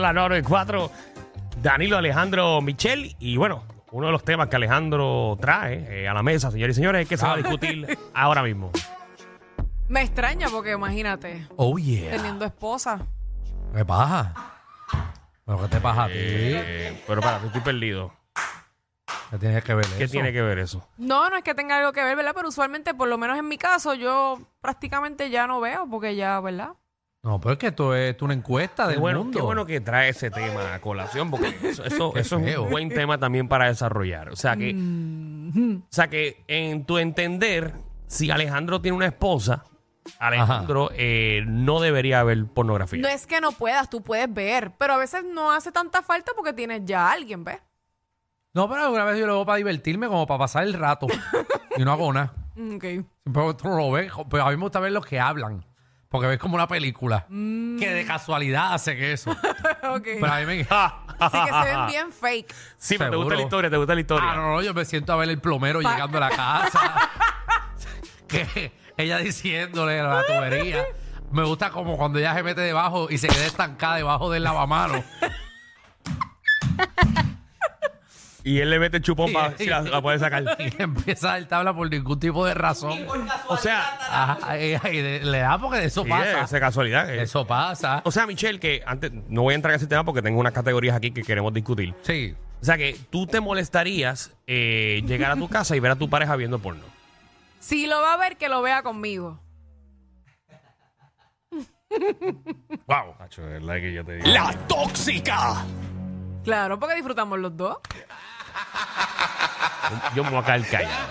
La 994, Danilo Alejandro Michel. Y bueno, uno de los temas que Alejandro trae eh, a la mesa, señores y señores, es que se va a discutir ahora mismo. Me extraña porque imagínate, Oh yeah. teniendo esposa. ¿Qué pasa? Bueno, ¿qué te pasa a ti? Eh, pero para, estoy perdido. ¿Qué tiene que ver ¿Qué eso? tiene que ver eso? No, no es que tenga algo que ver, ¿verdad? Pero usualmente, por lo menos en mi caso, yo prácticamente ya no veo porque ya, ¿verdad? No, pero es que esto es, esto es una encuesta Qué del bueno, mundo. qué bueno que trae ese tema a colación, porque eso, eso- eso es feo. un buen tema también para desarrollar. O sea que, o sea que en tu entender, si Alejandro tiene una esposa, Alejandro eh, no debería haber pornografía. No es que no puedas, tú puedes ver, pero a veces no hace tanta falta porque tienes ya a alguien, ¿ves? No, pero alguna vez yo lo hago para divertirme, como para pasar el rato. y no hago nada. Ok. Pero tú no lo ves. jo- Pero a mí me gusta ver los que hablan. Porque ves como una película. Mm. Que de casualidad hace que eso. Ok. pero a mí me... Así que se ven bien fake. Sí, pero te gusta la Seguro. historia, te gusta la historia. Ah, no, no, yo me siento a ver el plomero llegando a la casa. que ella diciéndole a la tubería. Me gusta como cuando ella se mete debajo y se queda estancada debajo del lavamano. Y él le mete el chupón para si la, la puede sacar. y empieza a dar tabla por ningún tipo de razón. Ah, O sea, Ajá, y- y le le da porque eso sí, pasa. esa casualidad. eh. Eso pasa. O sea, Michelle, que antes no voy a entrar en ese tema porque tengo unas categorías aquí que queremos discutir. Sí. O sea, que tú te molestarías eh, llegar a tu casa y ver a tu pareja viendo porno. Si lo va a ver, que lo vea conmigo. Wow. es verdad que yo te digo. La tóxica. Claro, porque disfrutamos los dos. Yo me voy a caer callado.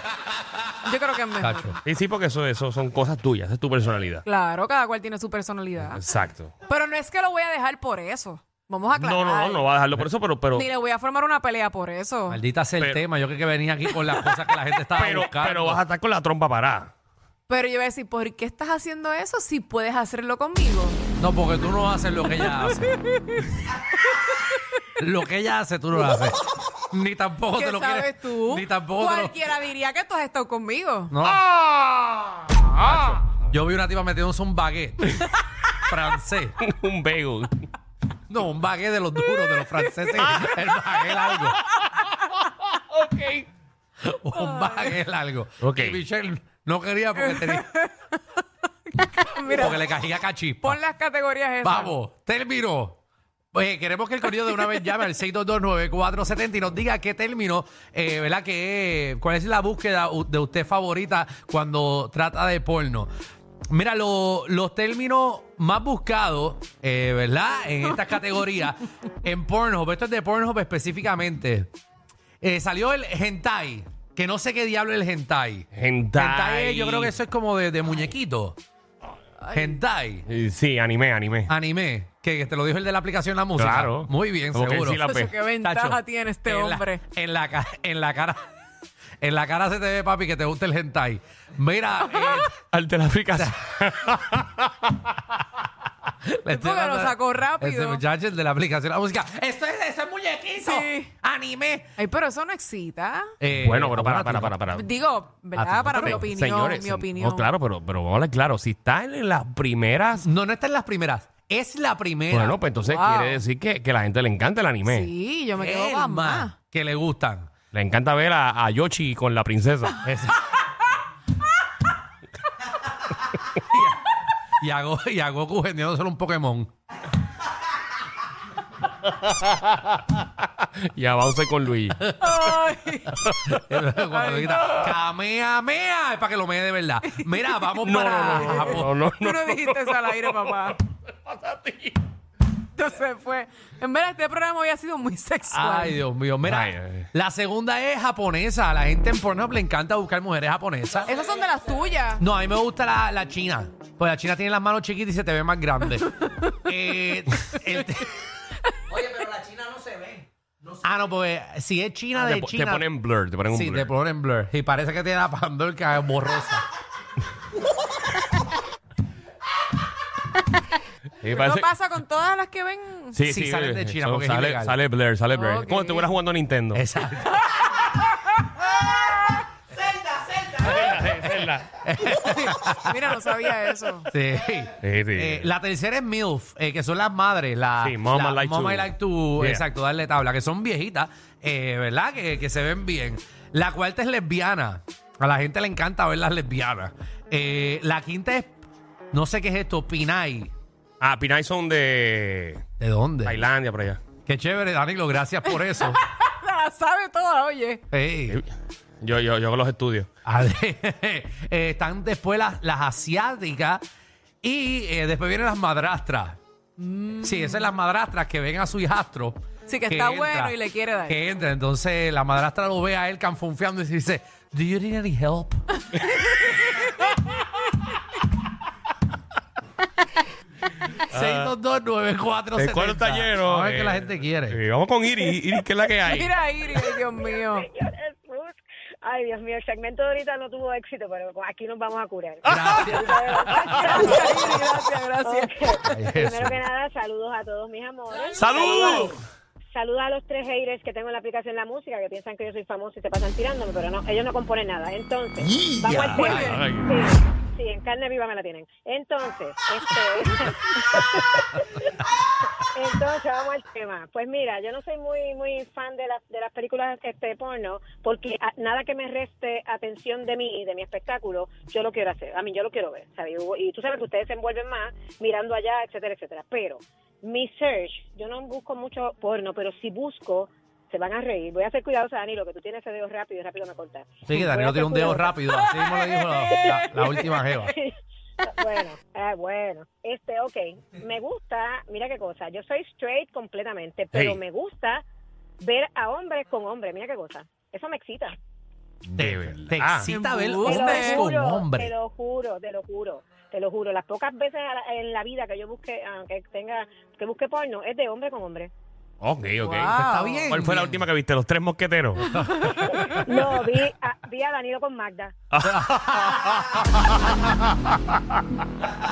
Yo creo que es mejor. Cacho. Sí, sí, porque eso, eso son cosas tuyas, esa es tu personalidad. Claro, cada cual tiene su Pues- personalidad. Exacto. Pero no es que lo voy a dejar por eso. Vamos a aclarar. No, no, no, no va a dejarlo por eso, pero, pero, Ni le voy a formar una pelea por eso. Maldita sea el Pero- tema. Yo creo que venía aquí con las cosas que la gente estaba pero, buscando. pero vas a estar con la trompa parada. Pero yo voy a decir, ¿por qué estás haciendo eso si puedes hacerlo conmigo? No, porque tú no haces lo que ella hace. lo que ella hace, tú no lo haces. Ni tampoco ¿Qué te lo sabes quieres. tú? Ni tampoco te lo- Cualquiera diría que tú has estado conmigo. No. Ah. Nacho, Yo vi una tipa metiéndose un baguette francés. Un bagel. No, un baguette de los duros, de los franceses. El baguette largo. ok. Un baguette largo. Ok. Y Michelle no quería porque tenía, Mira, porque le caía cachispa. pon las categorías esas. Vamos, término. Oye, queremos que el corillo de una vez llame al 6229470 y nos diga qué término, eh, ¿verdad? Que, eh, ¿Cuál es la búsqueda u- de usted favorita cuando trata de porno? Mira, lo- los términos más buscados, eh, ¿verdad? En estas categorías, en Pornhub, esto es de Pornhub específicamente. Eh, salió el hentai, que no sé qué diablo es el hentai. Hentai. Hentai, yo creo que eso es como de, de muñequito. Hentai. Eh, Sí, anime, anime. Anime, que te lo dijo el de la aplicación La Música. Claro. Muy bien, Como que seguro. sí la- Eso, ¿Qué ventaja Tacho, tiene este en la- hombre? en, la, ca- en la cara. En la cara se te ve, papi, que te gusta el hentai. Mira, eh, Al de la aplicación. le porque lo dando- sacó rápido. Este muchacho, el de la aplicación La Música. Esto es, esto es muñequito. Sí. Anime. Ay, pero eso no excita. Eh, bueno, pero para, a ti para, no. para, para. Digo, Ah, ¿verdad? tú- Para mi pero, opinión, Señores, mi no, opinión. claro, pero, pero vamos a hablar claro. Si está en, las primeras. No, no está en las primeras. Es la primera. Bueno, pues entonces Wow. quiere decir que, que la gente le encanta el eh. anime. Sí, yo me Es quedo con más más. que le gustan. Le encanta ver a, a Yoshi con la princesa. Es- y, a, y a Go- y a Goku solo un Pokémon. y a Bowser con Luigi. Ay, Cuando grita, Kamehameha, es para que lo mee de verdad. Mira, vamos para Japón. no, no, tú no dijiste eso al aire, papá. Entonces fue. En verdad, este programa había sido muy sexual. Ay, Dios mío. Mira, Ay, ay. la segunda es japonesa. A la gente en Pornhub le encanta buscar mujeres japonesas. Esas son de las tuyas. No, a mí me gusta la, la china. Pues la china tiene las manos chiquitas y se te ve más grande. Eh, el te- Oye, pero la china no se ve. ah, no, pues si es china Ah, te, de po- te China. ponen blur, te ponen un sí, blur. te ponen blur. Y parece que tiene la pandorca borrosa. Sí, No parece- pasa con todas las que ven. sí, Sí, sí, salen de China son- porque es sale, ilegal. sale blur, sale blur. Ok. Como si estuvieras jugando a Nintendo. Exacto. Zelda, Zelda. Es verdad, es verdad. Mira. Mira, no sabía eso. Sí. sí. Eh, la tercera es MILF, eh, que son las madres, la, Sí, Mama la- Like Mama to- Like to- Yeah. exacto, darle tabla, que son viejitas, eh, ¿verdad? Que, que se ven bien. La cuarta es lesbiana. A la gente le encanta ver las lesbianas. Eh, la quinta es, no sé qué es esto, Pinay. Ah, Pinay son de ¿De dónde? Tailandia, por allá. Qué chévere, Danilo, gracias por eso. La sabe toda, oye. Eh, Ey. Yo, yo, yo con los estudios. A ver, eh, están después las, las asiáticas y eh, después vienen las madrastras. Sí, esas son las madrastras que ven a su hijastro. Mm. Sí, que está bueno y le quiere dar. Que entra, entonces la madrastra lo ve a él canfunfeando y dice, ¿Do you need any help? Ah. El cuadro 6229470. está lleno. A ver qué eh, la gente quiere. eh, vamos con Iris. Iris, ¿qué es la que hay? Mira, Iris, Dios mío. Señor Jesús. Ay, Dios mío, el segmento de ahorita no tuvo éxito, pero aquí nos vamos a curar. Gracias. Gracias, Iris, gracias, gracias. Ay, Primero Jesús. que nada, saludos a todos mis amores. ¡Salud! Saludos a los tres haters que tengo en la aplicación La Música, que piensan que yo soy famoso y se pasan tirándome, pero no, ellos no componen nada. Entonces, vamos al tema. Ay. Sí, sí, en carne viva me la tienen. Entonces, este... Entonces, vamos al tema. Pues mira, yo no soy muy muy fan de las de las películas este porno porque a- nada que me reste atención de mí y de mi espectáculo, yo lo quiero hacer. A mí yo lo quiero ver, ¿sabes? Y tú sabes que ustedes se envuelven más mirando allá, etcétera, etcétera. Pero mi search, yo no busco mucho porno, pero si busco se van a reír. Voy a hacer cuidado, Danilo, que tú tienes ese dedo rápido y rápido me cortas. Sí, que Danilo tiene un dedo rápido. Así mismo le dijo la, la- la última jeva. bueno, ah, bueno. Este, ok. Me gusta, mira qué cosa. Yo soy straight completamente, pero Hey. me gusta ver a hombres con hombres. Mira qué cosa. Eso me excita. De Te verdad. Ah, excita ver Embuste. hombres con juro, hombres. Te lo juro, te lo juro. Te lo juro. Las pocas veces a la- en la vida que yo busque, ah, que tenga, que busque porno, es de hombre con hombre. Ok, ok. Wow. Está bien. ¿Cuál fue la bien. última que viste? Los tres mosqueteros. No, vi a, vi a Danilo con Magda.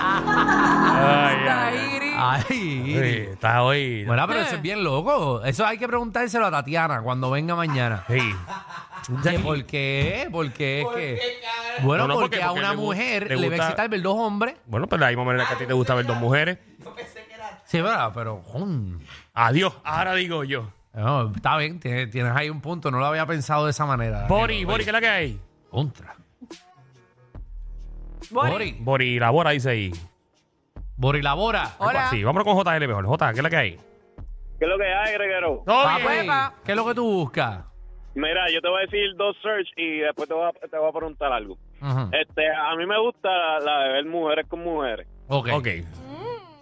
Ay, Está ay, Iris. ay. Ay, Sí, está hoy. Bueno, pero eso es bien loco. Eso hay que preguntárselo a Tatiana cuando venga mañana. Sí. Que ¿Por qué? ¿Por qué? es que- Bueno, No, no, porque, porque- a porque una le gu- mujer le le va a gusta- excitar ver dos hombres. Bueno, pero hay momentos en los que a ti te gusta ver dos mujeres. Sí, ¿verdad? Pero, jun. Adiós. Ahora digo yo. No, está bien, tiene- tienes, ahí un punto. No lo había pensado de esa manera. Bori, Danilo. Bori, ¿qué es la que hay? Contra. Bori. Bori. Bori, la Bora dice ahí. Bori Labora. Algo Hola. así. Vámonos con JL mejor. J, ¿qué es la que hay? ¿Qué es lo que hay, Greguero? Todo Papi, bien. Hueva. ¿qué es lo que tú buscas? Mira, yo te voy a decir dos search y después te voy a, te voy a preguntar algo. Ajá. Este, a mí me gusta la, la de ver mujeres con mujeres. Ok. Ok.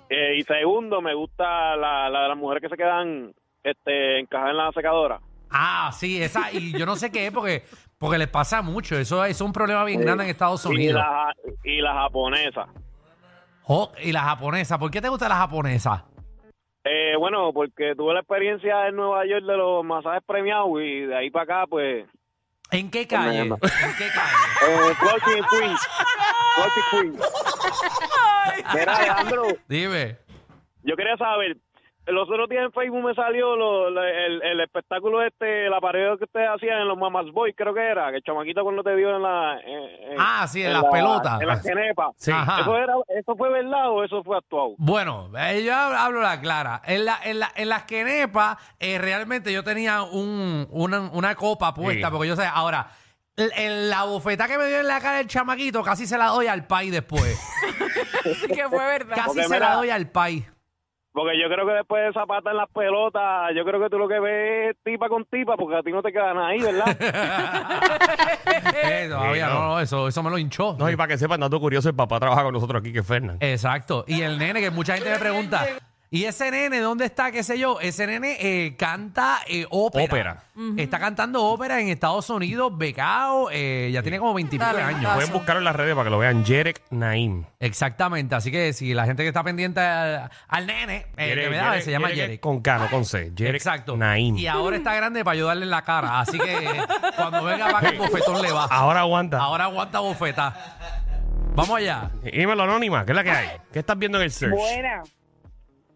Eh, y segundo, me gusta la, la de las mujeres que se quedan este, encajadas en la secadora. Ah, sí, esa. Y yo no sé qué es porque, porque les pasa mucho. Eso es un problema bien grande en Estados Y Unidos. la, y la japonesa. Oh, y la japonesa. ¿Por qué te gusta la japonesa? Eh, bueno, porque tuve la experiencia en Nueva York de los masajes premiados y de ahí para acá, pues... ¿En qué calle? ¿En llama. qué calle? Eh, Closet Queen. Closet Queen. Mira, Alejandro... Dime. Yo quería saber, los otros días en Facebook me salió lo- lo- el, el espectáculo este, la pared que ustedes hacían en los Mamas Boy, creo que era, que el chamaquito cuando te vio en la... en- en- Ah, sí, en las pelotas. En las genepas. Sí. Ajá. ¿Eso, era, ¿Eso fue verdad o eso fue actuado? Bueno, eh, yo hab- hablo la clara. En, la, en, la- en las quenepas, eh, realmente yo tenía un, una, una copa puesta, Sí. porque yo sé, ahora, l- en la bofeta que me dio en la cara el chamaquito, casi se la doy al país después. Así que fue verdad. casi Porque se la mira- doy al país. Porque yo creo que después de esa pata en las pelotas, yo creo que tú lo que ves es tipa con tipa, porque a ti no te quedan ahí, ¿verdad? Eh, todavía no. no, no, eso, eso me lo hinchó. No, y para que sepan, dato curioso, el papá trabaja con nosotros aquí, que es Fernan. Exacto. Y el nene, que mucha gente me pregunta, ¿y ese nene dónde está? ¿Qué sé yo? Ese nene eh, canta eh, ópera. Ópera. Está cantando ópera en Estados Unidos, becado, eh, ya tiene como 20 y pico de Talentazo. años. Pueden buscarlo en las redes para que lo vean. Jerek Naim. Exactamente. Así que si la gente que está pendiente al, al nene, eh, Jerek- que me da, Jerek- se llama Jerek es Jerek. Con K, no con C. Jerek Exacto. Naim. Y ahora está grande para ayudarle en la cara. Así que eh, cuando venga para que el bofetón le va. Ahora aguanta. Ahora aguanta bofeta. Vamos allá. Dímelo, Anónima, ¿qué es la que hay? ¿Qué estás viendo en el search? Buena.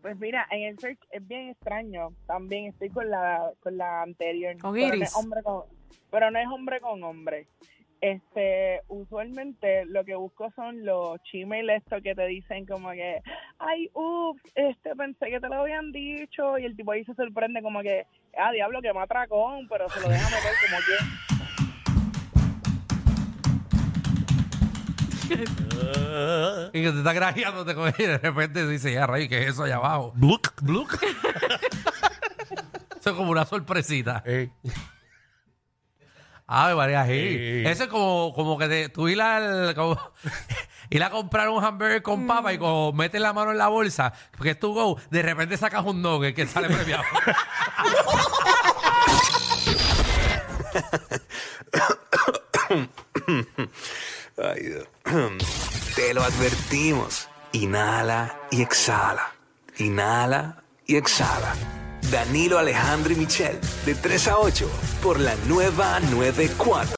Pues mira, en el search es bien extraño. También estoy con la, con la anterior. Con Pero no Iris. es hombre con- pero no es hombre con hombre. este, usualmente lo que busco son los chimes estos que te dicen como que, ay, ups, este, pensé que te lo habían dicho y el tipo ahí se sorprende como que, ah, diablo, que me atracón, pero se lo deja meter como que, Y que te está grajeándote con él y de repente dice, ya, Rey, ¿qué es eso allá abajo? Bluk. Bluk. eso es como una sorpresita. Eh, Ay, María Gil. Sí. Eso es como, como que te- tú ir al- como- ir a comprar un hamburger con papa y como metes la mano en la bolsa, porque es tu go, de repente sacas un nugget que sale premiado. Ay, Dios. Te lo advertimos. Inhala y exhala. Inhala y exhala. Danilo Alejandro y Michel, de 3 a 8, por la nueva 94.